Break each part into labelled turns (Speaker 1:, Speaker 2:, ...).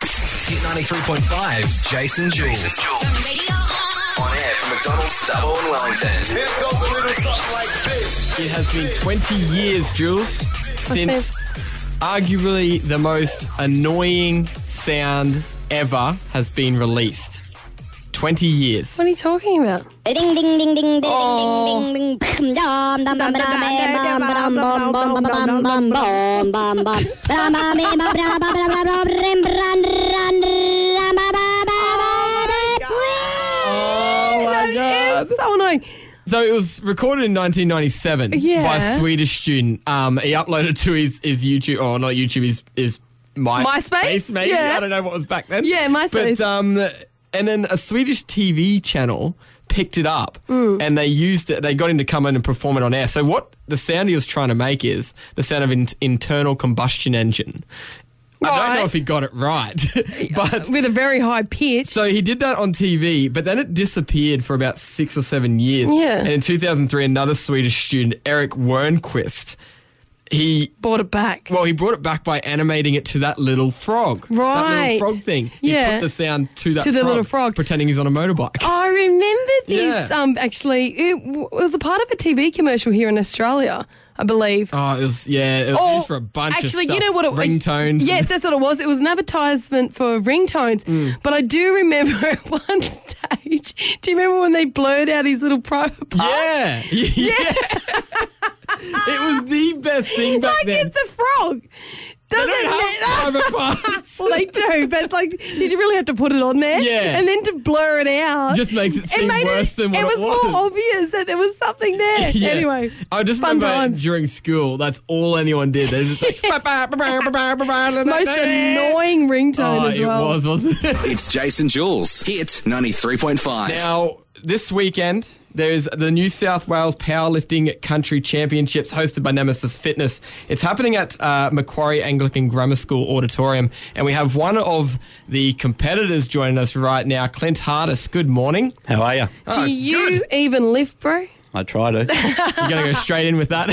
Speaker 1: Hit 93.5's Jason Jules. On air from McDonald's Double in Wellington.
Speaker 2: It goes a little something like this.
Speaker 3: It has been 20 years, Jules, since
Speaker 4: this?
Speaker 3: arguably the most annoying sound ever has been released. 20 years.
Speaker 4: What are you talking about?
Speaker 5: Ding ding ding ding ding
Speaker 4: Oh.
Speaker 5: ding ding ding dum dum dum dum dum dum bum bum bum bum bum bum bum bum Bram, bam, bam, bam, bram, bam, bram, bram, bram, bram, bram, bram, bram, bam, bam, bam,
Speaker 3: Oh my
Speaker 4: That Uh, is so annoying.
Speaker 3: So it was recorded in 1997
Speaker 4: Yeah.
Speaker 3: by a Swedish student. Um, he uploaded to his, his YouTube, or not YouTube, his, his My,
Speaker 4: MySpace?
Speaker 3: Space, maybe.
Speaker 4: Yeah.
Speaker 3: I don't know what was back then.
Speaker 4: Yeah, MySpace.
Speaker 3: But, um, and then a Swedish TV channel picked it up
Speaker 4: Mm.
Speaker 3: and they used it, they got him to come in and perform it on air. So what the sound he was trying to make is the sound of an internal combustion engine. I don't know
Speaker 4: Right.
Speaker 3: if he got it right, but
Speaker 4: With a very high pitch.
Speaker 3: so he did that on TV, but then it disappeared for about six or seven years.
Speaker 4: Yeah.
Speaker 3: And in 2003, another Swedish student, Eric Wernquist, he
Speaker 4: Bought it back.
Speaker 3: well, he brought it back by animating it to that little frog, That little
Speaker 4: Right.
Speaker 3: frog thing. He
Speaker 4: Yeah.
Speaker 3: put the sound to that
Speaker 4: To the little frog. Oh.
Speaker 3: pretending he's on a motorbike.
Speaker 4: I remember this.
Speaker 3: Yeah.
Speaker 4: Um, actually, it w- was a part of a TV commercial here in Australia, I believe.
Speaker 3: Oh, it was yeah, it was
Speaker 4: Or-
Speaker 3: used for a bunch of
Speaker 4: actually,
Speaker 3: stuff.
Speaker 4: you know what it was?
Speaker 3: ringtones.
Speaker 4: Yes, that's what it was. It was an advertisement for ringtones.
Speaker 3: Hmm.
Speaker 4: But I do remember at one stage. Do you remember when they blurred out his little private part?
Speaker 3: yeah, yeah. it was the best thing back
Speaker 4: Like
Speaker 3: then.
Speaker 4: it's a frog.
Speaker 3: They
Speaker 4: Doesn't
Speaker 3: don't have
Speaker 4: matter.
Speaker 3: private parts.
Speaker 4: Well, they do, but it's like, did you really have to put it on there?
Speaker 3: Yeah.
Speaker 4: And then to blur it out
Speaker 3: Just makes it seem
Speaker 4: made
Speaker 3: worse than what it
Speaker 4: was.
Speaker 3: was.
Speaker 4: more obvious that there was something there.
Speaker 3: Yeah.
Speaker 4: Anyway,
Speaker 3: I just
Speaker 4: fun
Speaker 3: remember
Speaker 4: times.
Speaker 3: during school, that's all anyone did. They just like,
Speaker 4: Most annoying ringtone
Speaker 3: Oh,
Speaker 4: as well.
Speaker 3: It was, wasn't it?
Speaker 2: It's Jason Jules. Hit 93.5.
Speaker 3: Now, this weekend, there's the New South Wales Powerlifting Country Championships hosted by Nemesis Fitness. It's happening at uh, Macquarie Anglican Grammar School Auditorium, and we have one of the competitors joining us right now, Clint Hardis. Good morning.
Speaker 6: How are you?
Speaker 3: Oh,
Speaker 4: Do you even lift, bro?
Speaker 6: I try to.
Speaker 3: You're going to go straight in with that.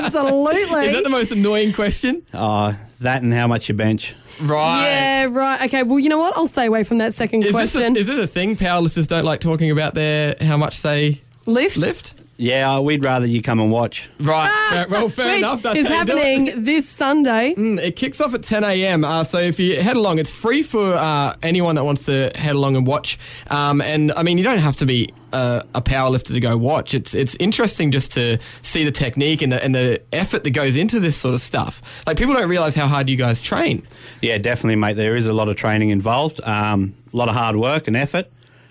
Speaker 4: Absolutely.
Speaker 3: Is that the most annoying question?
Speaker 6: uh, that and how much you bench.
Speaker 3: Right.
Speaker 4: yeah, right. Okay. Well, you know what? I'll stay away from that second
Speaker 3: Is this, a,
Speaker 4: question.
Speaker 3: is this a thing? Powerlifters don't like talking about their how much they
Speaker 4: lift. Ah!
Speaker 3: lift. Ah,
Speaker 6: Yeah, uh, we'd rather you come and watch.
Speaker 3: Right. Fair- well, fair
Speaker 4: Which
Speaker 3: enough. That's
Speaker 4: is
Speaker 3: how you do it.
Speaker 4: happening this Sunday.
Speaker 3: Mm, It kicks off at 10 a.m. Uh, so if you head along, it's free for uh, anyone that wants to head along and watch. Um, and I mean, you don't have to be a, a powerlifter to go watch. It's it's interesting just to see the technique and the, and the effort that goes into this sort of stuff. Like people don't realize how hard you guys train.
Speaker 6: Yeah, definitely, mate. There is a lot of training involved, um, a lot of hard work and effort.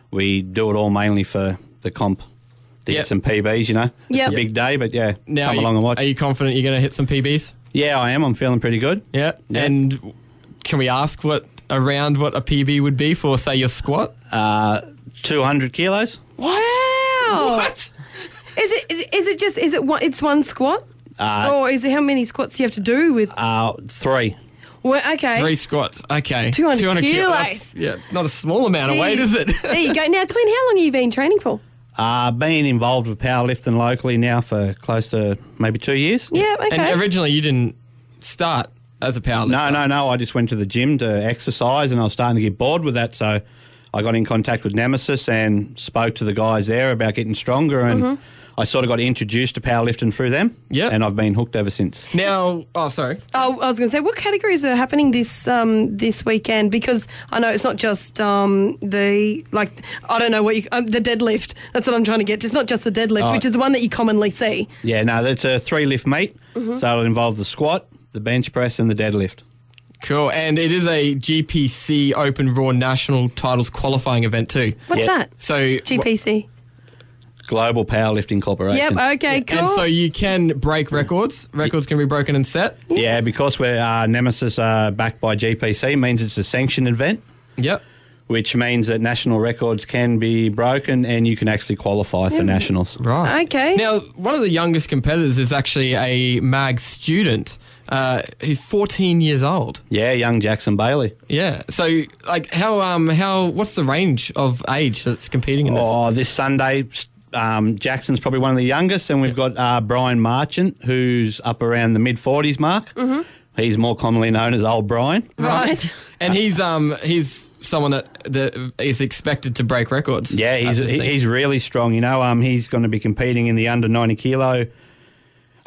Speaker 6: We do it all mainly for the comp to
Speaker 3: Yep.
Speaker 6: get some PBs, you know. It's
Speaker 4: Yep.
Speaker 6: a big day, but yeah,
Speaker 3: Now,
Speaker 6: come
Speaker 3: are you-
Speaker 6: along and watch.
Speaker 3: Are you confident you're going to hit some PBs?
Speaker 6: yeah, I am. I'm feeling pretty good.
Speaker 3: Yeah.
Speaker 6: Yeah.
Speaker 3: And can we ask what around what a PB would be for, say, your squat?
Speaker 6: 200 kilos?
Speaker 4: Wow. Is it? Is, is it just? Is it one? It's one squat.
Speaker 3: Uh,
Speaker 4: or is it how many squats do you have to do with?
Speaker 6: Uh, three.
Speaker 4: well, okay.
Speaker 3: Three squats. Okay.
Speaker 4: 200
Speaker 3: kilo-
Speaker 4: kilos.
Speaker 3: that's- Yeah, it's not a small amount of weight,
Speaker 4: Jeez.
Speaker 3: is it?
Speaker 4: there you go. Now, Clint, how long have you been training for?
Speaker 6: Uh, being involved with powerlifting locally now for close to maybe two years.
Speaker 4: Yeah. Okay.
Speaker 3: And originally, you didn't start as a powerlifter.
Speaker 6: No, no, no. I just went to the gym to exercise and I was starting to get bored with that. So I got in contact with Nemesis and spoke to the guys there about getting stronger. And I sort of got introduced to powerlifting through them.
Speaker 3: Yep.
Speaker 6: And I've been hooked ever since.
Speaker 3: Now, oh, sorry.
Speaker 4: Oh, I was going to say, what categories are happening this um, this weekend? Because I know it's not just um, the like I don't know what you um, the deadlift. That's what I'm trying to get. to. It's not just the
Speaker 3: Oh.
Speaker 4: deadlift, which is the one that you commonly see.
Speaker 6: Yeah, no, that's a three lift meet. So it'll involve the squat, the bench press, and the deadlift.
Speaker 3: Cool. And it is a GPC Open Raw National Titles qualifying event, too.
Speaker 4: What's
Speaker 6: Yeah.
Speaker 4: that?
Speaker 3: So,
Speaker 4: GPC.
Speaker 6: Global Powerlifting
Speaker 4: Yep.
Speaker 6: Corporation.
Speaker 4: Okay. Cool.
Speaker 3: and so you can break records. Records can be broken and set.
Speaker 6: Yeah, because we're uh, Nemesis uh, backed by GPC means it's a sanctioned event.
Speaker 3: Yep.
Speaker 6: Which means that national records can be broken and you can actually qualify for nationals.
Speaker 3: Right.
Speaker 4: Okay.
Speaker 3: Now, one of the youngest competitors is actually a MAG student. Uh, he's 14 years old.
Speaker 6: Yeah, young Jackson Bailey.
Speaker 3: Yeah. So, like, how, um, how, what's the range of age that's competing in this?
Speaker 6: Oh, this Sunday, um, Jackson's probably one of the youngest, and we've got uh, Brian Marchant, Mm-hmm. who's up around the mid forties mark. He's more commonly known as Old Brian.
Speaker 4: right.
Speaker 3: And he's um he's someone that that is expected to break records.
Speaker 6: Yeah,
Speaker 3: at
Speaker 6: he's
Speaker 3: this
Speaker 6: he-
Speaker 3: thing.
Speaker 6: he's really strong. You know, um, he's going to be competing in the under ninety kilo uh,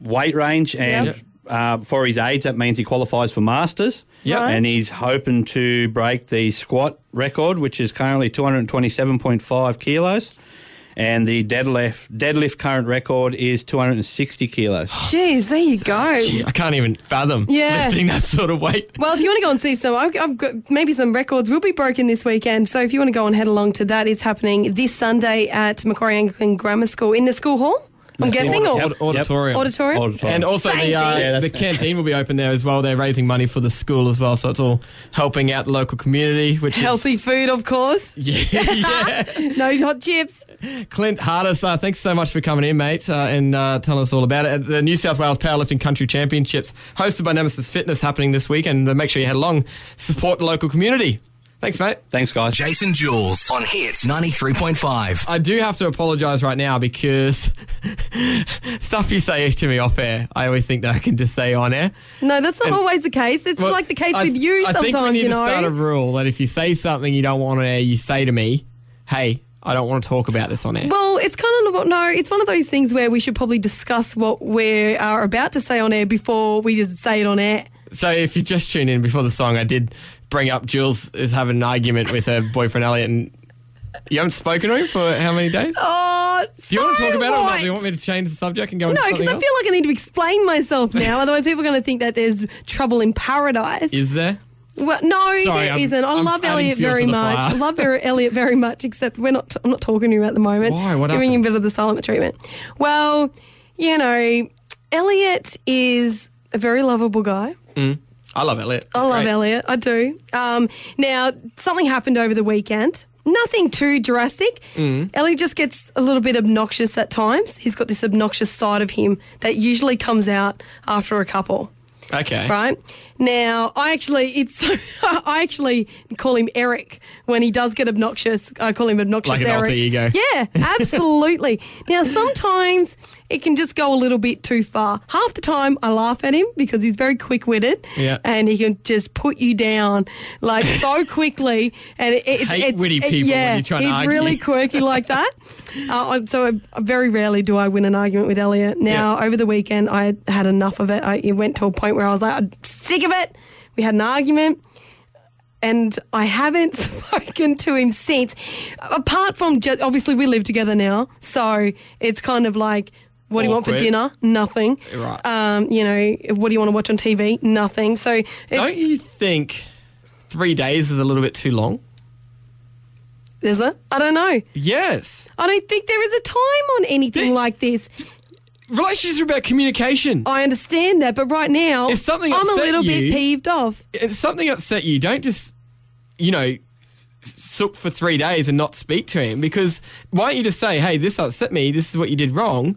Speaker 6: weight range, and
Speaker 4: Yep.
Speaker 6: uh, for his age, that means he qualifies for masters.
Speaker 3: Yep. Right.
Speaker 6: and he's hoping to break the squat record, which is currently two hundred twenty-seven point five kilos. And the deadlift deadlift current record is 260 kilos.
Speaker 4: Jeez, there you go.
Speaker 3: Gee, I can't even fathom
Speaker 4: Yeah.
Speaker 3: lifting that sort of weight.
Speaker 4: Well, if you want to go and see some, I've, I've got maybe some records will be broken this weekend. So if you want to go and head along to that, it's happening this Sunday at Macquarie Anglican Grammar School in the school hall. I'm
Speaker 3: That's
Speaker 4: guessing,
Speaker 3: the
Speaker 4: or
Speaker 3: aud- auditorium.
Speaker 4: auditorium.
Speaker 6: Auditorium.
Speaker 3: And also the uh,
Speaker 6: Yeah, that's
Speaker 3: the
Speaker 6: fantastic.
Speaker 3: canteen will be open there as well. They're raising money for the school as well, so it's all helping out the local community, which
Speaker 4: Healthy
Speaker 3: is
Speaker 4: food, of course.
Speaker 3: yeah, yeah.
Speaker 4: No hot chips.
Speaker 3: Clint Hardis, uh, thanks so much for coming in, mate, uh, and uh, telling us all about it. At the New South Wales Powerlifting Country Championships, hosted by Nemesis Fitness, happening this week, and uh, make sure you head along, support the local community. Thanks, mate.
Speaker 6: Thanks, guys.
Speaker 1: Jason Jules on Hits 93.5.
Speaker 3: I do have to apologise right now because stuff you say to me off air, I always think that I can just say on air.
Speaker 4: No, that's not
Speaker 3: And-
Speaker 4: always the case. It's
Speaker 3: Well,
Speaker 4: like the case
Speaker 3: I-
Speaker 4: with you
Speaker 3: I
Speaker 4: sometimes,
Speaker 3: think we need
Speaker 4: you
Speaker 3: to start a
Speaker 4: know.
Speaker 3: rule that if you say something you don't want on air, you say to me, "Hey, I don't want to talk about this on air."
Speaker 4: Well, it's kind of no. It's one of those things where we should probably discuss what we are about to say on air before we just say it on air.
Speaker 3: So if you just tune in before the song, I did bring up Jules is having an argument with her boyfriend Elliot, and you haven't spoken to him for how many days?
Speaker 4: Oh,
Speaker 3: do you want to talk about it, or not? do you
Speaker 4: right.
Speaker 3: want me to change the subject and go into
Speaker 4: No,
Speaker 3: something
Speaker 4: because I feel
Speaker 3: else?
Speaker 4: like I need to explain myself now. Otherwise, people are going to think that there's trouble in paradise.
Speaker 3: is there?
Speaker 4: well, no,
Speaker 3: Sorry,
Speaker 4: there
Speaker 3: I'm-
Speaker 4: not I
Speaker 3: I'm
Speaker 4: love
Speaker 3: adding
Speaker 4: Elliot
Speaker 3: fuel
Speaker 4: very
Speaker 3: to the
Speaker 4: much.
Speaker 3: fire.
Speaker 4: I love Ver- Elliot very much, except we're not. I'm not talking to him at the moment.
Speaker 3: Why? What
Speaker 4: Giving him
Speaker 3: happened?
Speaker 4: a bit of the silent treatment. Well, you know, Elliot is a very lovable guy.
Speaker 3: I love Elliot.
Speaker 4: I love Oh, Elliot. I do. Um, now, something happened over the weekend. Nothing too drastic. Elliot just gets a little bit obnoxious at times. He's got this obnoxious side of him that usually comes out after a couple.
Speaker 3: Elliot. Okay.
Speaker 4: Right now, I actually it's I actually call him Eric when he does get obnoxious. I call him obnoxious
Speaker 3: Like an
Speaker 4: Eric.
Speaker 3: alter ego.
Speaker 4: Yeah, absolutely. now, sometimes it can just go a little bit too far. Half the time, I laugh at him because he's very quick witted.
Speaker 3: Yeah.
Speaker 4: and he can just put you down like so quickly. And it, it,
Speaker 3: Hate
Speaker 4: it's,
Speaker 3: witty
Speaker 4: it-
Speaker 3: people when
Speaker 4: yeah,
Speaker 3: you're trying to
Speaker 4: he's
Speaker 3: argue.
Speaker 4: really quirky like that. Uh, I- so I- I very rarely do I win an argument with Elliot. Now
Speaker 3: Yeah.
Speaker 4: over the weekend I had enough of it. I, it went to a point where I was like, I'm sick of it. We had an argument. And I haven't spoken to him since. Apart from just, obviously we live together now, so it's kind of like, what do you want for
Speaker 3: Awkward.
Speaker 4: dinner? Nothing.
Speaker 3: Right.
Speaker 4: Um, you know, what do you want to watch on TV? Nothing. So it's,
Speaker 3: Don't you think three days is a little bit too long?
Speaker 4: is it? I don't know.
Speaker 3: Yes.
Speaker 4: I don't think there is a time on anything
Speaker 3: Thi-
Speaker 4: like this.
Speaker 3: Relationships are about communication.
Speaker 4: I understand that, but right now,
Speaker 3: If something
Speaker 4: I'm a
Speaker 3: upset
Speaker 4: little bit
Speaker 3: you-
Speaker 4: peeved off.
Speaker 3: If something upset you, don't just, you know, s- sook for three days and not speak to him because why don't you just say, hey, this upset me, this is what you did wrong?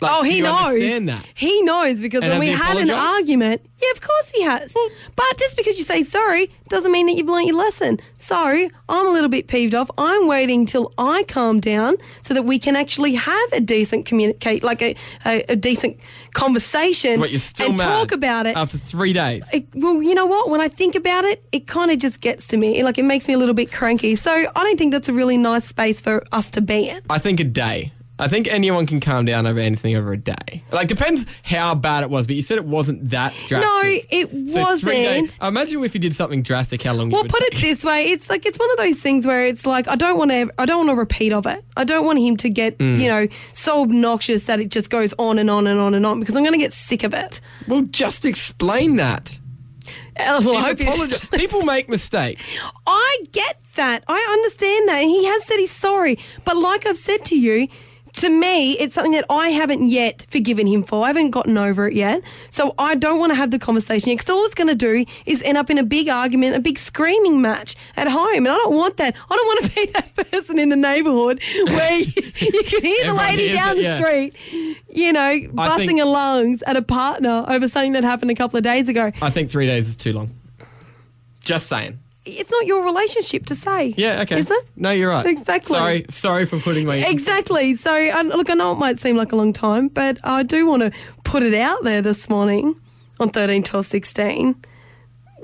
Speaker 3: Like,
Speaker 4: Oh,
Speaker 3: do
Speaker 4: he
Speaker 3: you
Speaker 4: knows.
Speaker 3: understand that?
Speaker 4: He knows because
Speaker 3: And has
Speaker 4: when we
Speaker 3: he
Speaker 4: had an
Speaker 3: apologised?
Speaker 4: argument, yeah, of course he has. but just because you say sorry doesn't mean that you've learnt your lesson. So I'm a little bit peeved off. I'm waiting till I calm down so that we can actually have a decent communicate, like a, a, a decent conversation,
Speaker 3: But you're still
Speaker 4: and
Speaker 3: mad
Speaker 4: talk about it.
Speaker 3: after three days.
Speaker 4: it, well, you know what? When I think about it, it kind of just gets to me. Like it makes me a little bit cranky. So I don't think that's a really nice space for us to be in.
Speaker 3: I think a day. I think anyone can calm down over anything over a day. Like depends how bad it was, but you said it wasn't that drastic.
Speaker 4: it
Speaker 3: So three days-
Speaker 4: wasn't.
Speaker 3: I imagine if you did something drastic, how long? you
Speaker 4: Well,
Speaker 3: would
Speaker 4: put it
Speaker 3: take.
Speaker 4: this way: it's like it's one of those things where it's like I don't want to, I don't want to repeat of it. I don't want him to get,
Speaker 3: Mm.
Speaker 4: you know, so obnoxious that it just goes on and on and on and on because I'm going to get sick of it.
Speaker 3: Well, just explain that.
Speaker 4: Uh, Well, I
Speaker 3: He's
Speaker 4: hope he's-
Speaker 3: apologi- People make mistakes.
Speaker 4: I get that. I understand that. And he has said he's sorry. But like I've said to you, to me, it's something that I haven't yet forgiven him for. I haven't gotten over it yet. So I don't want to have the conversation yet because all it's going to do is end up in a big argument, a big screaming match at home. And I don't want that. I don't want to be that person in the neighbourhood where you, you can hear the
Speaker 3: Everyone
Speaker 4: lady
Speaker 3: hears
Speaker 4: down
Speaker 3: it,
Speaker 4: the
Speaker 3: yeah.
Speaker 4: street, you know, busting
Speaker 3: think-
Speaker 4: her lungs at a partner over something that happened a couple of days ago.
Speaker 3: I think three days is too long. Just saying.
Speaker 4: It's not your relationship to say.
Speaker 3: Yeah. Okay.
Speaker 4: Is it?
Speaker 3: No, you're right.
Speaker 4: Exactly.
Speaker 3: Sorry. Sorry for putting my.
Speaker 4: Exactly. So, I look, I know it might seem like a long time, but I do want to put it out there this morning on 13, 12, 16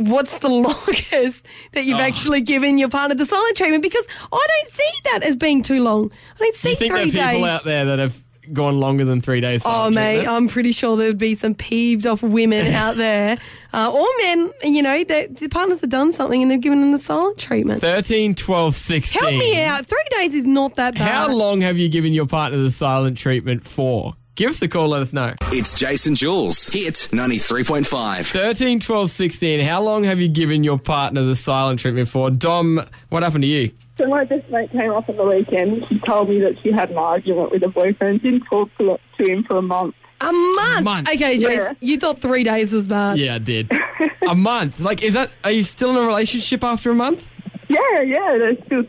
Speaker 4: what's the longest that
Speaker 3: Oh.
Speaker 4: you've actually given your partner the silent treatment? Because I don't see that as being too long. I don't see
Speaker 3: You think there are
Speaker 4: three
Speaker 3: people
Speaker 4: days.
Speaker 3: out there that have gone longer than three days?
Speaker 4: Oh,
Speaker 3: silent
Speaker 4: mate,
Speaker 3: treatment?
Speaker 4: I'm pretty sure there'd be some peeved off women out there. Uh, or men, you know, their their partners have done something and they've given them the silent treatment.
Speaker 3: 13, 12, 16.
Speaker 4: Help me out. Three days is not that bad.
Speaker 3: How long have you given your partner the silent treatment for? Give us a call, let us know.
Speaker 2: It's Jason Jules. Hit 93.5.
Speaker 3: 13, 12, 16. How long have you given your partner the silent treatment for? Dom, what happened to you?
Speaker 7: So my best mate came off on the weekend. She told me that she had an argument with her boyfriend. Didn't talk to, to him for a month.
Speaker 4: A month.
Speaker 3: month.
Speaker 4: Okay, Jace,
Speaker 7: Yeah.
Speaker 4: you thought three days was bad.
Speaker 3: Yeah, I did. a month. Like, is that, are you still in a relationship after a month?
Speaker 7: Yeah, yeah, they're still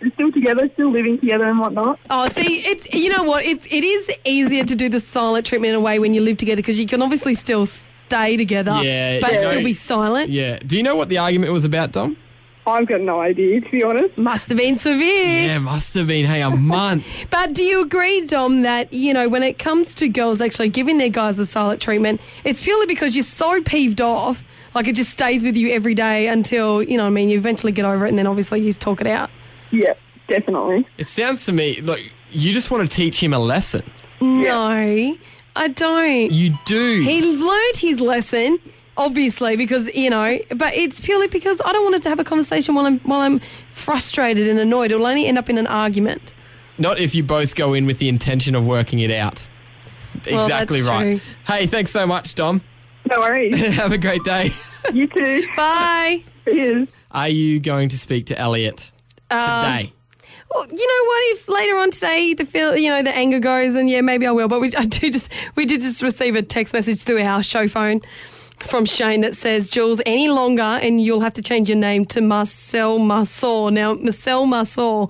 Speaker 7: they're still together, still living together and whatnot.
Speaker 4: Oh, see, it's you know what? It's it is easier to do the silent treatment in a way when you live together because you can obviously still stay together,
Speaker 3: Yeah,
Speaker 4: but
Speaker 3: yeah.
Speaker 4: still be silent.
Speaker 3: Yeah. Do you know what the argument was about, Dom?
Speaker 7: I've got no idea, to be honest.
Speaker 4: Must have been severe.
Speaker 3: Yeah, must have been. Hey, a month.
Speaker 4: But do you agree, Dom, that, you know, when it comes to girls actually giving their guys the silent treatment, it's purely because you're so peeved off, like it just stays with you every day until, you know what I mean, you eventually get over it and then obviously you just talk it out.
Speaker 7: Yeah, definitely.
Speaker 3: It sounds to me like you just want to teach him a lesson.
Speaker 4: No, I don't.
Speaker 3: You do.
Speaker 4: He learnt his lesson, obviously, because you know. But it's purely because I don't want to have a conversation while I'm while I'm frustrated and annoyed. It'll only end up in an argument.
Speaker 3: Not if you both go in with the intention of working it out.
Speaker 4: Well,
Speaker 3: exactly
Speaker 4: that's
Speaker 3: right.
Speaker 4: true.
Speaker 3: Hey, thanks so much, Dom.
Speaker 7: No worries.
Speaker 3: Have a great day.
Speaker 7: you too.
Speaker 4: Bye.
Speaker 7: Cheers.
Speaker 3: Are you going to speak to Elliot
Speaker 4: Um,
Speaker 3: today?
Speaker 4: Well, you know what? If later on today the feel, you know, the anger goes, and yeah, maybe I will. But we, I do just we did just receive a text message through our show phone from Shane that says, "Jules, any longer, and you'll have to change your name to Marcel Marceau." Now, Marcel Marceau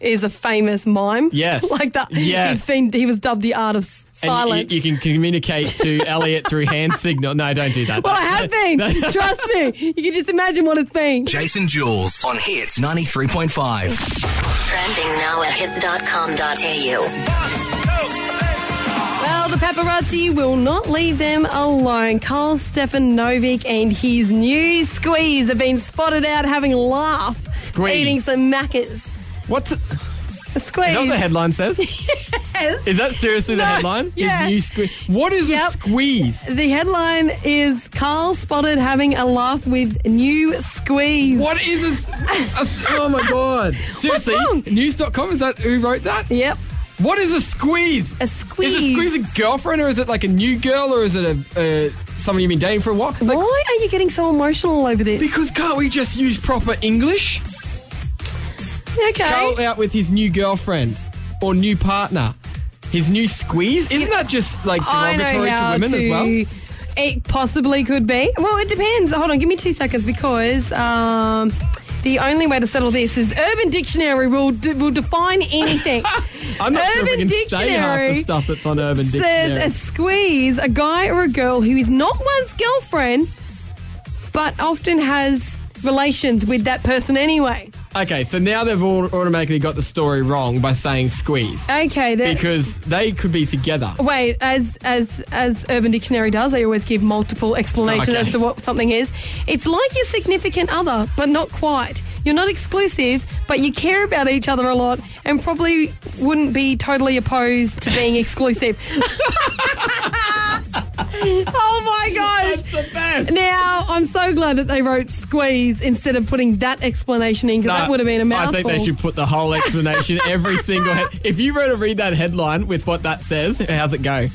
Speaker 4: is a famous mime.
Speaker 3: Yes.
Speaker 4: like that.
Speaker 3: Yes.
Speaker 4: he's been he was dubbed the art of s-
Speaker 3: And y-
Speaker 4: silence.
Speaker 3: You, can communicate to Elliot through hand signal. No, don't do that.
Speaker 4: well, I have been. Trust me, you can just imagine what it's been.
Speaker 1: Jason Jules on Hit 93.5.
Speaker 8: Trending now at hit.com.au.
Speaker 4: Well, the paparazzi will not leave them alone. Carl Stefan Novik and his new squeeze have been spotted out having a laugh,
Speaker 3: Squeeze.
Speaker 4: eating some macca's.
Speaker 3: What's is
Speaker 4: A squeeze.
Speaker 3: that what the headline says?
Speaker 4: Yes.
Speaker 3: Is that seriously the
Speaker 4: No,
Speaker 3: headline? His
Speaker 4: yeah.
Speaker 3: new squeeze. What is a
Speaker 4: Yep.
Speaker 3: squeeze?
Speaker 4: The headline is Carl spotted having a laugh with new squeeze.
Speaker 3: What is a, s- a s- Oh my god. Seriously,
Speaker 4: wrong?
Speaker 3: news.com is that who wrote that?
Speaker 4: Yep,
Speaker 3: What is a squeeze?
Speaker 4: a squeeze.
Speaker 3: Is a squeeze a girlfriend or is it like a new girl or is it a uh, someone you've been dating for a while? Like,
Speaker 4: Why are you getting so emotional over this?
Speaker 3: because can't we just use proper English?
Speaker 4: okay.
Speaker 3: Carl out with his new girlfriend or new partner. His new squeeze? Isn't that just like
Speaker 4: I know
Speaker 3: derogatory to
Speaker 4: how
Speaker 3: women as well?
Speaker 4: It possibly could be. Well, it depends. Hold on, give me two seconds because um, the only way to settle this is Urban Dictionary will d- will define anything.
Speaker 3: I'm not sure if
Speaker 4: Urban
Speaker 3: we can say half the
Speaker 4: Dictionary
Speaker 3: stuff that's on Urban Dictionary.
Speaker 4: Says a squeeze, a guy or a girl who is not one's girlfriend, but often has relations with that person anyway.
Speaker 3: Okay, so now they've all automatically got the story wrong by saying squeeze.
Speaker 4: Okay, that.
Speaker 3: Because they could be together.
Speaker 4: Wait, as as as Urban Dictionary does, they always give multiple explanations
Speaker 3: Oh, Okay.
Speaker 4: as to what something is. It's like your significant other, but not quite. You're not exclusive, but you care about each other a lot, and probably wouldn't be totally opposed to being exclusive. oh my gosh! Now I'm so glad that they wrote squeeze instead of putting that explanation in because that
Speaker 3: No,
Speaker 4: would have been a mouthful.
Speaker 3: I think they should put the whole explanation, every single. Head- if you were to read that headline with what that says, how's it go?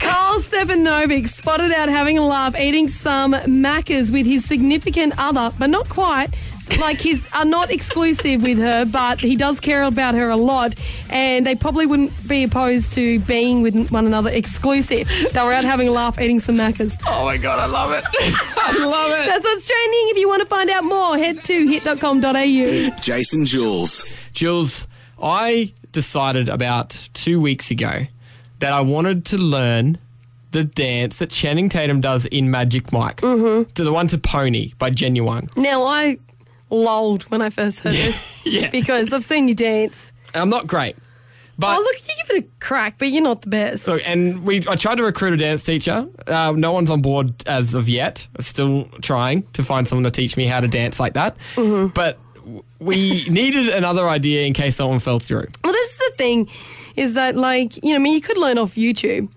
Speaker 4: Carl Stefanovic spotted out having a laugh eating some macca's with his significant other, but not quite. Like he's are not exclusive with her, but he does care about her a lot, and they probably wouldn't be opposed to being with one another exclusive. They were out having a laugh eating some macca's.
Speaker 3: Oh my god, I love it! I love it.
Speaker 4: That's what's trending. If you want to find out more, head to hit.com.au.
Speaker 2: Jason Jules.
Speaker 3: Jules, I decided about two weeks ago that I wanted to learn the dance that Channing Tatum does in Magic Mike, mm-hmm. to the one to Pony by Genuine.
Speaker 4: Now I lolled when I first heard this
Speaker 3: Yeah.
Speaker 4: because I've seen you dance.
Speaker 3: I'm not great. But
Speaker 4: oh, look, you give it a crack, but you're not the best.
Speaker 3: Look, and we I tried to recruit a dance teacher. Uh, no one's on board as of yet. Still trying to find someone to teach me how to dance like that.
Speaker 4: Mm-hmm.
Speaker 3: But w- we needed another idea in case someone fell through.
Speaker 4: Well, this is the thing, is that like you know, I mean, you could learn off YouTube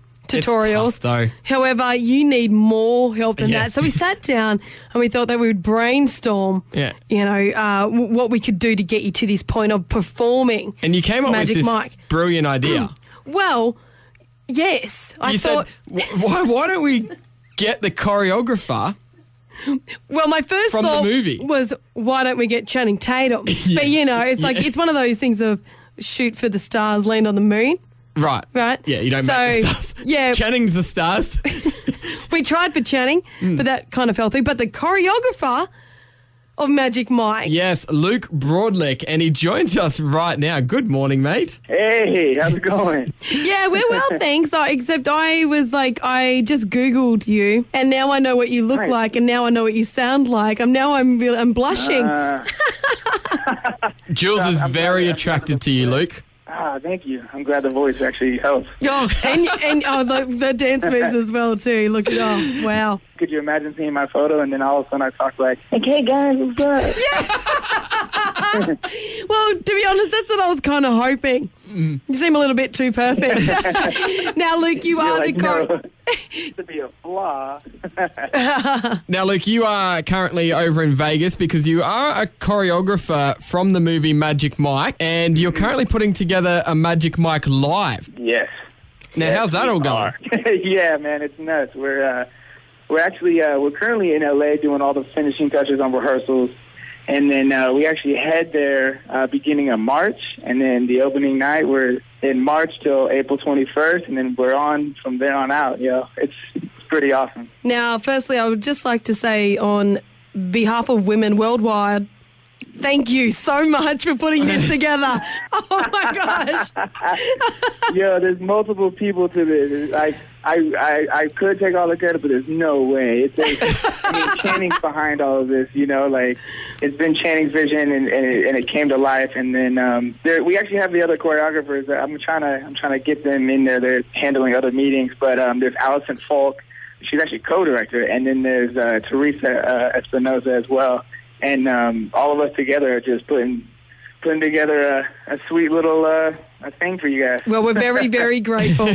Speaker 3: tough,
Speaker 4: tutorials,
Speaker 3: though.
Speaker 4: However, you need more help than
Speaker 3: Yeah.
Speaker 4: that. So we sat down and we thought that we would brainstorm,
Speaker 3: Yeah.
Speaker 4: you know, uh, w- what we could do to get you to this point of performing.
Speaker 3: And you came up
Speaker 4: Magic
Speaker 3: with this
Speaker 4: Mike.
Speaker 3: brilliant idea.
Speaker 4: Well, yes, I
Speaker 3: you
Speaker 4: thought.
Speaker 3: said, "Wh- why, why don't we get the choreographer?
Speaker 4: Well, my first
Speaker 3: From the
Speaker 4: thought
Speaker 3: movie.
Speaker 4: was, why don't we get Channing Tatum? But you know, it's like it's one of those things of shoot for the stars, land on the moon.
Speaker 3: Right.
Speaker 4: Right.
Speaker 3: Yeah, you don't make the
Speaker 4: So,
Speaker 3: stars.
Speaker 4: yeah.
Speaker 3: Channing's the stars.
Speaker 4: We tried for Channing,
Speaker 9: Hmm.
Speaker 4: but that kind of fell through. But the choreographer of Magic Mike,
Speaker 3: yes, Luke Broadlick, and he joins us right now. Good morning, mate.
Speaker 9: Hey, how's it going?
Speaker 4: yeah, we're well, thanks. I, except I was like, I just googled you, and now I know what you look
Speaker 9: Right.
Speaker 4: like, and now I know what you sound like. I'm now I'm real, I'm blushing.
Speaker 9: Ah.
Speaker 3: Jules is
Speaker 9: I'm
Speaker 3: very
Speaker 9: sorry, I-
Speaker 3: attracted to you, Luke.
Speaker 9: Ah, thank you. I'm glad the voice actually helps.
Speaker 4: oh, and and oh, the, the dance moves as well too. Look, oh wow.
Speaker 9: Could you imagine seeing my photo and then all of a sudden I talk like, like, hey guys, what's up?
Speaker 4: Well, to be honest, that's what I was kind of hoping.
Speaker 9: Mm.
Speaker 4: You seem a little bit too perfect. now, Luke, you
Speaker 9: You're
Speaker 4: are
Speaker 9: like,
Speaker 4: the chore-
Speaker 9: no. to be a flaw.
Speaker 3: Now, Luke, you are currently over in Vegas because you are a choreographer from the movie Magic Mike, and you're
Speaker 9: Mm-hmm.
Speaker 3: currently putting together a Magic Mike live.
Speaker 9: Yes.
Speaker 3: Now, how's that all going?
Speaker 9: yeah, man, it's nuts. We're uh, we're actually uh, we're currently in LA doing all the finishing touches on rehearsals, and then uh, we actually head there uh, beginning of March, and then the opening night we're in March till April 21st, and then we're on from there on out. You know, it's, it's pretty awesome.
Speaker 4: Now, firstly, I would just like to say on behalf of women worldwide, thank you so much for putting this together. Oh my gosh.
Speaker 9: Yo, there's multiple people to this. Like, I, I, I could take all the credit, but there's no way. It's like, I mean, Channing's behind all of this, you know. Like, it's been Channing's vision, and, and, it, and it came to life. And then um, there, we actually have the other choreographers. that I'm trying to, I'm trying to get them in there. They're handling other meetings, but um, there's Allison Falk. She's actually co-director, and then there's uh, Teresa uh, Espinosa as well. And um, all of us together are just putting putting together a, a sweet little uh, a thing for you guys.
Speaker 4: Well, we're very, very grateful.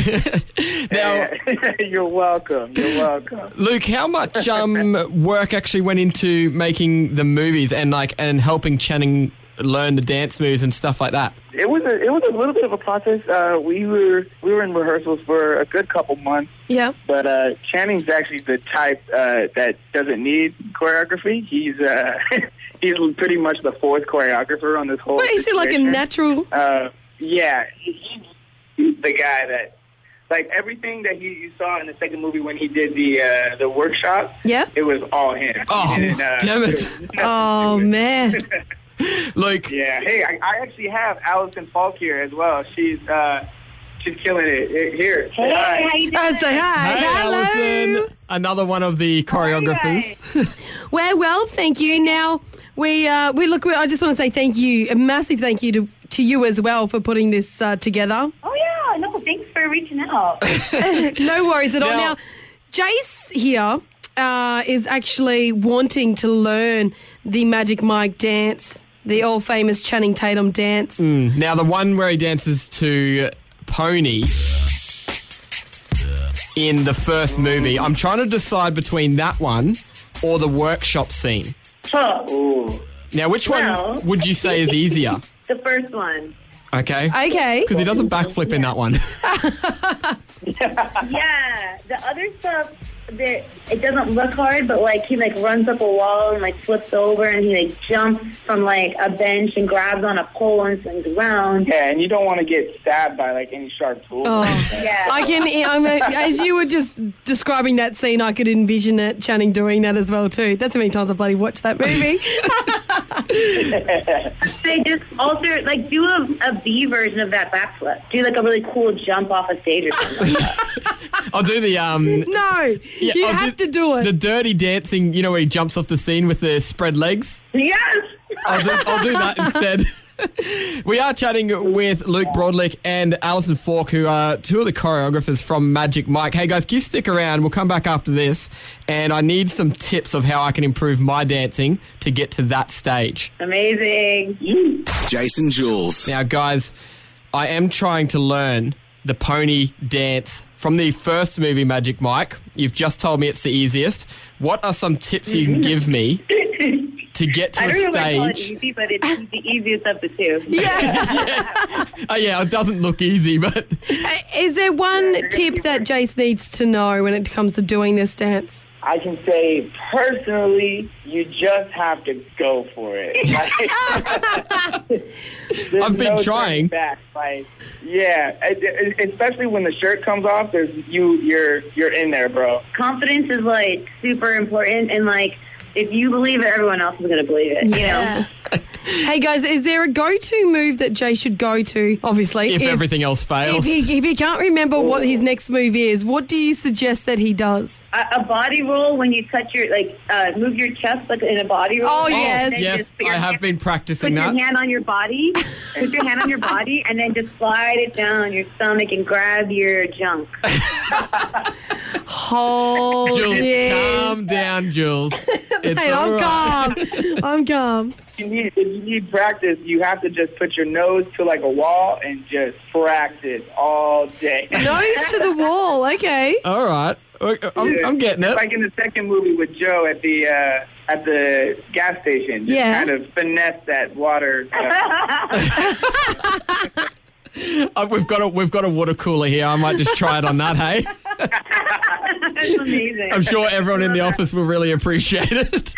Speaker 3: Now,
Speaker 9: You're welcome. You're welcome.
Speaker 3: Luke, how much um, work actually went into making the movies and like and helping Channing learn the dance moves and stuff like that?
Speaker 9: It was a it was a little bit of a process. Uh, we were we were in rehearsals for a good couple months,
Speaker 4: Yeah.
Speaker 9: but uh, Channing's actually the type uh, that doesn't need choreography. He's uh, he's pretty much the fourth choreographer on this whole.
Speaker 4: But is it like a
Speaker 9: situation.
Speaker 4: natural?
Speaker 9: Uh, yeah, he- he's the guy that like everything that you, you saw in the second movie when he did the uh, the workshop.
Speaker 4: Yeah.
Speaker 9: it was all him.
Speaker 3: Oh,
Speaker 9: And, uh,
Speaker 3: damn it.
Speaker 9: was nothing
Speaker 4: Oh, man.
Speaker 3: Luke,
Speaker 9: Yeah. Hey, I, I actually have Allison Falk here as well. She's uh, she's killing it Eh, here. Hey,
Speaker 4: I say hi.
Speaker 3: hey,
Speaker 4: Hello.
Speaker 3: Allison, another one of the choreographers.
Speaker 4: We're well, thank you. Now we uh, we look. We, I just want to say thank you, a massive thank you to to you as well for putting this uh, together.
Speaker 10: Oh yeah, no, thanks for reaching out.
Speaker 4: No worries at all.
Speaker 3: Now-
Speaker 4: Now, Jace here uh, is actually wanting to learn the Magic Mike dance, the all famous Channing Tatum dance.
Speaker 3: Now, the one where he dances to Pony in the first movie. I'm trying to decide between that one or the workshop scene.
Speaker 10: Huh,
Speaker 3: Now, which
Speaker 10: Well-
Speaker 3: one would you say is easier?
Speaker 10: the first one.
Speaker 3: Okay.
Speaker 4: Okay.
Speaker 3: Because he does a backflip in that one.
Speaker 10: Yeah, the other stuff that it doesn't look hard, but like he like runs up a wall and like flips over and he like jumps from like a bench and grabs on a pole and swings around.
Speaker 9: Yeah, and you don't want to get stabbed by like any sharp tool.
Speaker 4: Oh.
Speaker 10: Yeah.
Speaker 4: I can, I'm as you were just describing that scene, I could envision it, Channing doing that as well too. That's how many times I bloody watched that movie.
Speaker 10: They just alter like do a, a B version of that backflip. Do like a really cool jump off a stage or something.
Speaker 3: I'll do the um,
Speaker 4: no,
Speaker 3: Yeah,
Speaker 4: you
Speaker 3: I'll
Speaker 4: have to do it.
Speaker 3: The dirty dancing, you know, where he jumps off the scene with the spread legs.
Speaker 10: yes.
Speaker 3: I'll do, I'll do that instead. We are chatting with Luke Broadlick and Alison Fork, who are two of the choreographers from Magic Mike. Hey guys, can you stick around? We'll come back after this, and I need some tips of how I can improve my dancing to get to that stage.
Speaker 10: Amazing.
Speaker 2: Jason Jules.
Speaker 3: Now, guys, I am trying to learn the pony dance from the first movie, Magic Mike. You've just told me it's the easiest. What are some tips you can give me to get to
Speaker 10: Mm-hmm. I
Speaker 3: a
Speaker 10: don't know why I call it
Speaker 3: stage?
Speaker 10: easy, but it's the easiest of the two.
Speaker 4: Yeah.
Speaker 3: Oh, yeah, it doesn't look easy, but
Speaker 4: Is there one tip that Jace needs to know when it comes to doing this dance?
Speaker 9: I can say personally, you just have to go for it. There's
Speaker 3: I've been
Speaker 9: no
Speaker 3: trying.
Speaker 9: turning Back. Like, yeah, e- e- especially when the shirt comes off, there's you. You're you're in there, bro.
Speaker 10: Confidence is like super important, and like if you believe it, everyone else is gonna believe it. You know.
Speaker 4: Hey guys, is there a go-to move that Jay should go to? Obviously,
Speaker 3: if everything else
Speaker 4: if
Speaker 3: fails.
Speaker 4: he, if he can't remember what his next move is, what do you suggest that he does?
Speaker 10: a, a body roll when you touch your like uh, move your chest like in a body roll.
Speaker 4: Oh,
Speaker 10: and
Speaker 4: yes.
Speaker 10: then
Speaker 3: Yes,
Speaker 10: just put your
Speaker 3: I have
Speaker 10: hand-
Speaker 3: been practicing
Speaker 10: Put
Speaker 3: that.
Speaker 10: your hand on your body. put your hand on your body, and then just slide it down your stomach and grab your junk.
Speaker 4: Hold
Speaker 3: Jules,
Speaker 4: it.
Speaker 3: calm down, Jules. It's
Speaker 4: Hey,
Speaker 3: all
Speaker 4: I'm
Speaker 3: right.
Speaker 4: calm. I'm calm.
Speaker 9: You need, if you need practice, you have to just put your nose to like a wall and just practice all day.
Speaker 4: Nose to the wall. Okay.
Speaker 3: All right. Uh, I'm, I'm getting
Speaker 9: It's
Speaker 3: it.
Speaker 9: like in the second movie with Joe at the uh, at the gas station. Just
Speaker 4: Yeah.
Speaker 9: kind of finesse that water. Uh,
Speaker 3: Uh, We've got a we've got a water cooler here. I might just try it on that. Hey,
Speaker 10: That's amazing.
Speaker 3: I'm sure everyone in the office will really appreciate it.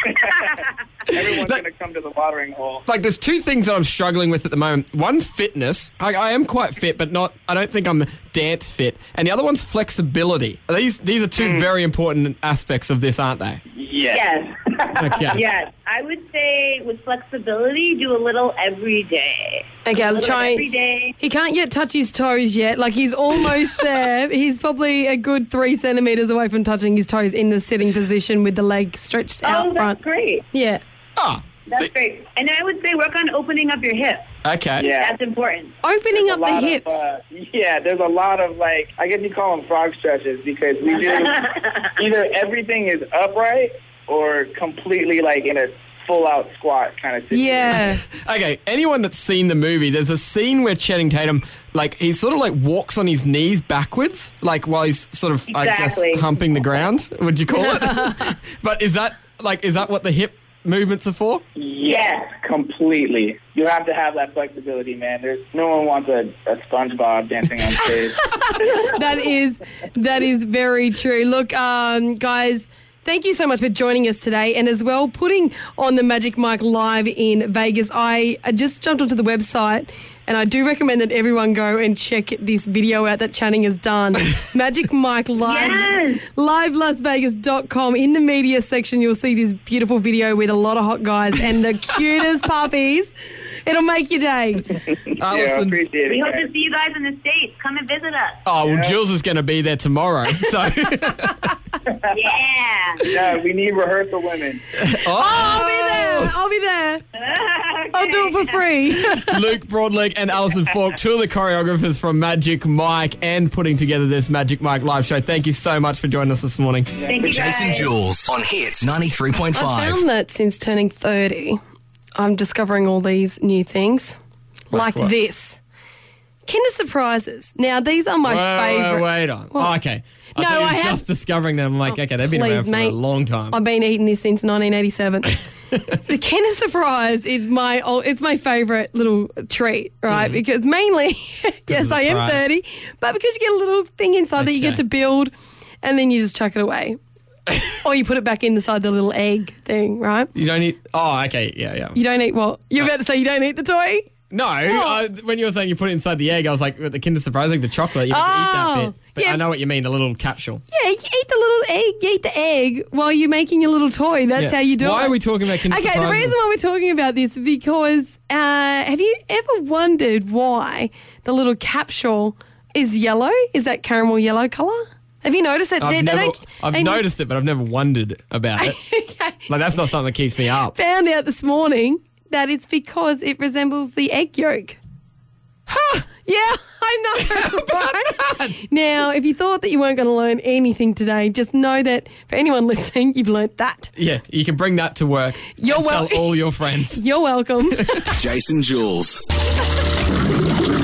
Speaker 9: everyone's gonna come to the watering hole.
Speaker 3: Like, there's two things that I'm struggling with at the moment. One's fitness. I, I am quite fit, but not. I don't think I'm dance fit. And the other one's flexibility. These these are two very important aspects of this, aren't they?
Speaker 9: Yes.
Speaker 10: Yes.
Speaker 3: Okay.
Speaker 10: Yes. I would say with flexibility, do a little every day.
Speaker 4: Okay,
Speaker 10: A
Speaker 4: I'm
Speaker 10: little every
Speaker 4: trying.
Speaker 10: day.
Speaker 4: He can't yet touch his toes yet. Like he's almost there. He's probably a good three centimeters away from touching his toes in the sitting position with the leg stretched
Speaker 10: Oh,
Speaker 4: out
Speaker 10: that's
Speaker 4: front.
Speaker 10: great.
Speaker 4: Yeah.
Speaker 3: Ah.
Speaker 10: That's
Speaker 3: see-
Speaker 10: great. And I would say work on opening up your hips.
Speaker 3: Okay.
Speaker 9: Yeah.
Speaker 10: That's important.
Speaker 4: Opening up
Speaker 9: a
Speaker 4: the
Speaker 9: lot of,
Speaker 4: hips.
Speaker 9: uh, yeah, there's a lot of like I guess you call them frog stretches because we do either everything is upright or completely like in a full out squat kind of situation.
Speaker 4: yeah.
Speaker 3: Okay, anyone that's seen the movie, there's a scene where Channing Tatum, like, he sort of like walks on his knees backwards, like while he's sort of, I
Speaker 10: Exactly.
Speaker 3: guess, humping the ground. Would you call it? but is that like, is that what the hip movements are for?
Speaker 9: Yes, completely. You have to have that flexibility, man. There's no one wants a, a SpongeBob dancing on stage.
Speaker 4: that is that is very true. Look, um, guys. Thank you so much for joining us today and as well putting on the Magic Mike live in Vegas. I I just jumped onto the website and I do recommend that everyone go and check this video out that Channing has done. Magic Mike live
Speaker 10: Yes.
Speaker 4: livelasvegas.com in the media section you'll see this beautiful video with a lot of hot guys and the cutest puppies. It'll make your day.
Speaker 9: yeah, I
Speaker 3: Alison,
Speaker 9: appreciate
Speaker 10: We
Speaker 9: it.
Speaker 10: hope
Speaker 9: man.
Speaker 10: to see you guys in the States. Come and visit us.
Speaker 3: oh, well, Jules is going to be there tomorrow. So,
Speaker 10: Yeah.
Speaker 9: Yeah, we need rehearsal women.
Speaker 4: I'll be there. I'll be there. I'll do it for free.
Speaker 3: Luke Broadleg and Alison Fork, two of the choreographers from Magic Mike and putting together this Magic Mike live show. Thank you so much for joining us this morning.
Speaker 10: Thank you
Speaker 2: Jason
Speaker 10: guys.
Speaker 2: Jules on Hit
Speaker 4: I
Speaker 2: 93.5.
Speaker 4: found that since turning 30, I'm discovering all these new things, like,
Speaker 3: what?
Speaker 4: this. Kinder surprises. Now, these are my
Speaker 3: Wait, wait,
Speaker 4: favorite.
Speaker 3: wait on.
Speaker 4: What?
Speaker 3: Oh, okay. I
Speaker 4: No,
Speaker 3: thought you were
Speaker 4: I had- Oh,
Speaker 3: just discovering them. I'm like, okay, they've been
Speaker 4: Please,
Speaker 3: around for a
Speaker 4: mate.
Speaker 3: long time.
Speaker 4: I've been eating this since 1987. the Kinder Surprise is my oh, it's my favourite little treat, right? Because mainly, yes, I am
Speaker 3: Mm-hmm. surprise.
Speaker 4: 30, but because you get a little thing inside that you
Speaker 3: Okay.
Speaker 4: get to build, and then you just chuck it away, or you put it back inside the little egg thing, right?
Speaker 3: you don't eat. Oh, okay, yeah, yeah.
Speaker 4: You don't eat what?
Speaker 3: Uh,
Speaker 4: You're about to say you don't eat the toy?
Speaker 3: no, I, when you were saying you put it inside the egg, I was like, with the Kinder Surprise, like the chocolate, you have to eat
Speaker 4: Oh,
Speaker 3: that bit. But
Speaker 4: yeah.
Speaker 3: I know what you mean, the little capsule.
Speaker 4: Yeah, you eat the little egg. You eat the egg while you're making your little toy. That's
Speaker 3: Yeah.
Speaker 4: how you do it.
Speaker 3: Why are we talking about Kinder
Speaker 4: Okay, the
Speaker 3: Surprises?
Speaker 4: reason why we're talking about this is because uh, have you ever wondered why the little capsule is yellow? Is that caramel yellow color? Have you noticed that?
Speaker 3: I've,
Speaker 4: they- they
Speaker 3: never,
Speaker 4: don't-
Speaker 3: I've
Speaker 4: they-
Speaker 3: noticed it, but I've never wondered about it. like, that's not something that keeps me up.
Speaker 4: Found out this morning that it's because it resembles the egg yolk. Yeah, I know. right? Now, if you thought that you weren't going to learn anything today, just know that for anyone listening, you've learnt that.
Speaker 3: Yeah, you can bring that to work.
Speaker 4: You're
Speaker 3: and
Speaker 4: wel-
Speaker 3: Tell all your friends.
Speaker 4: You're welcome.
Speaker 2: Jason Jules.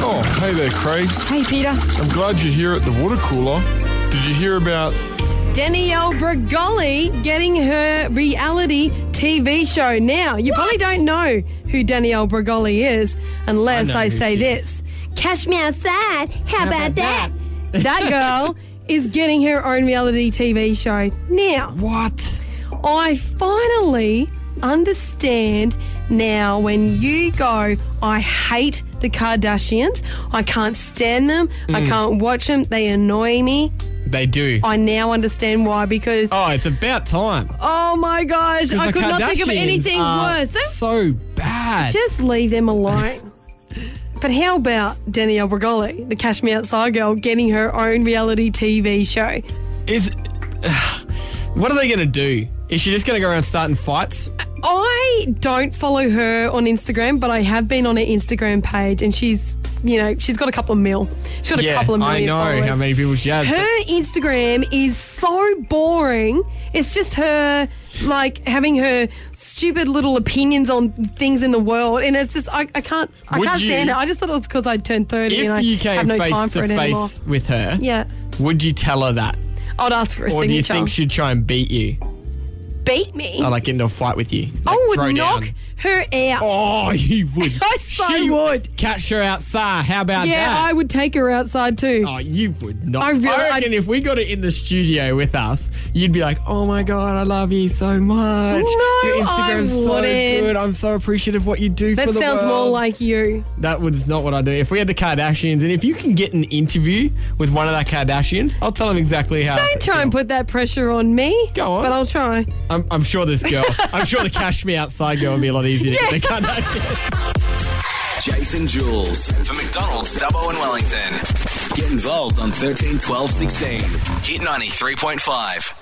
Speaker 11: Oh, hey there, Craig.
Speaker 5: Hey, Peter.
Speaker 11: I'm glad you're here at the water cooler. Did you hear about
Speaker 4: Danielle Brigoli getting her reality TV show. Now, you probably don't know who Danielle Brigoli is unless
Speaker 3: I know
Speaker 4: I,
Speaker 3: who
Speaker 4: say
Speaker 3: she
Speaker 4: this Catch me outside. How, about, that? That, girl is getting her own reality TV show. Now,
Speaker 3: What?
Speaker 4: I finally understand now when you go, I hate the Kardashians. I can't stand them. I can't watch them. They annoy me.
Speaker 3: They do.
Speaker 4: I now understand why because
Speaker 3: Oh, it's about time.
Speaker 4: Oh my gosh,
Speaker 3: 'Cause
Speaker 4: I
Speaker 3: the
Speaker 4: could not think of
Speaker 3: Kardashians
Speaker 4: anything
Speaker 3: are
Speaker 4: worse. Don't-
Speaker 3: So bad.
Speaker 4: just leave them alone. but how about Danielle Brigoli, the Cash Me Outside girl, getting her own reality TV show?
Speaker 3: Is what are they gonna do? Is she just gonna go around starting fights?
Speaker 4: I don't follow her on Instagram, but I have been on her Instagram page, and she's, you know, she's got a couple of mil. She's got a couple of
Speaker 3: I
Speaker 4: million
Speaker 3: know
Speaker 4: followers.
Speaker 3: how many people she has. but-
Speaker 4: her Instagram is so boring. It's just her like having her stupid little opinions on things in the world, and it's just I, I can't I
Speaker 3: Would
Speaker 4: can't stand
Speaker 3: you-
Speaker 4: it. I just thought it was because I turned thirty and I
Speaker 3: if you came
Speaker 4: have no time
Speaker 3: face to
Speaker 4: for it anymore.
Speaker 3: face with her,
Speaker 4: Yeah,
Speaker 3: would you tell her that,
Speaker 4: I'd ask for a
Speaker 3: or do you
Speaker 4: signature.
Speaker 3: think she'd try and beat you,
Speaker 4: Beat me.
Speaker 3: or like get into a fight with you? Like,
Speaker 4: I
Speaker 3: throw
Speaker 4: would knock
Speaker 3: down?
Speaker 4: her out.
Speaker 3: Oh, you would.
Speaker 4: I so
Speaker 3: She
Speaker 4: would.
Speaker 3: Catch her outside. How about
Speaker 4: yeah,
Speaker 3: that?
Speaker 4: I would take her outside too.
Speaker 3: Oh, you would not.
Speaker 4: I
Speaker 3: I,
Speaker 4: really-
Speaker 3: reckon if we got it in the studio with us, you'd be like, "Oh my god, I love you so much.
Speaker 4: No,
Speaker 3: Your Instagram's
Speaker 4: I
Speaker 3: so
Speaker 4: wouldn't.
Speaker 3: good. I'm so appreciative of what you do
Speaker 4: that
Speaker 3: for the
Speaker 4: sounds more
Speaker 3: world."
Speaker 4: like you.
Speaker 3: that was not what I do. If we had the Kardashians, and if you can get an interview with one of the Kardashians, I'll tell them exactly how.
Speaker 4: Don't try and put that pressure on me.
Speaker 3: Go on.
Speaker 4: but I'll try.
Speaker 3: I'm, I'm sure this girl. I'm sure the cash me outside girl would be a lot easier than the Kardashians.
Speaker 2: Jason Jules.
Speaker 1: For McDonald's, Dubbo and Wellington.
Speaker 2: Get involved on 13 12 16.
Speaker 1: Hit 93.5.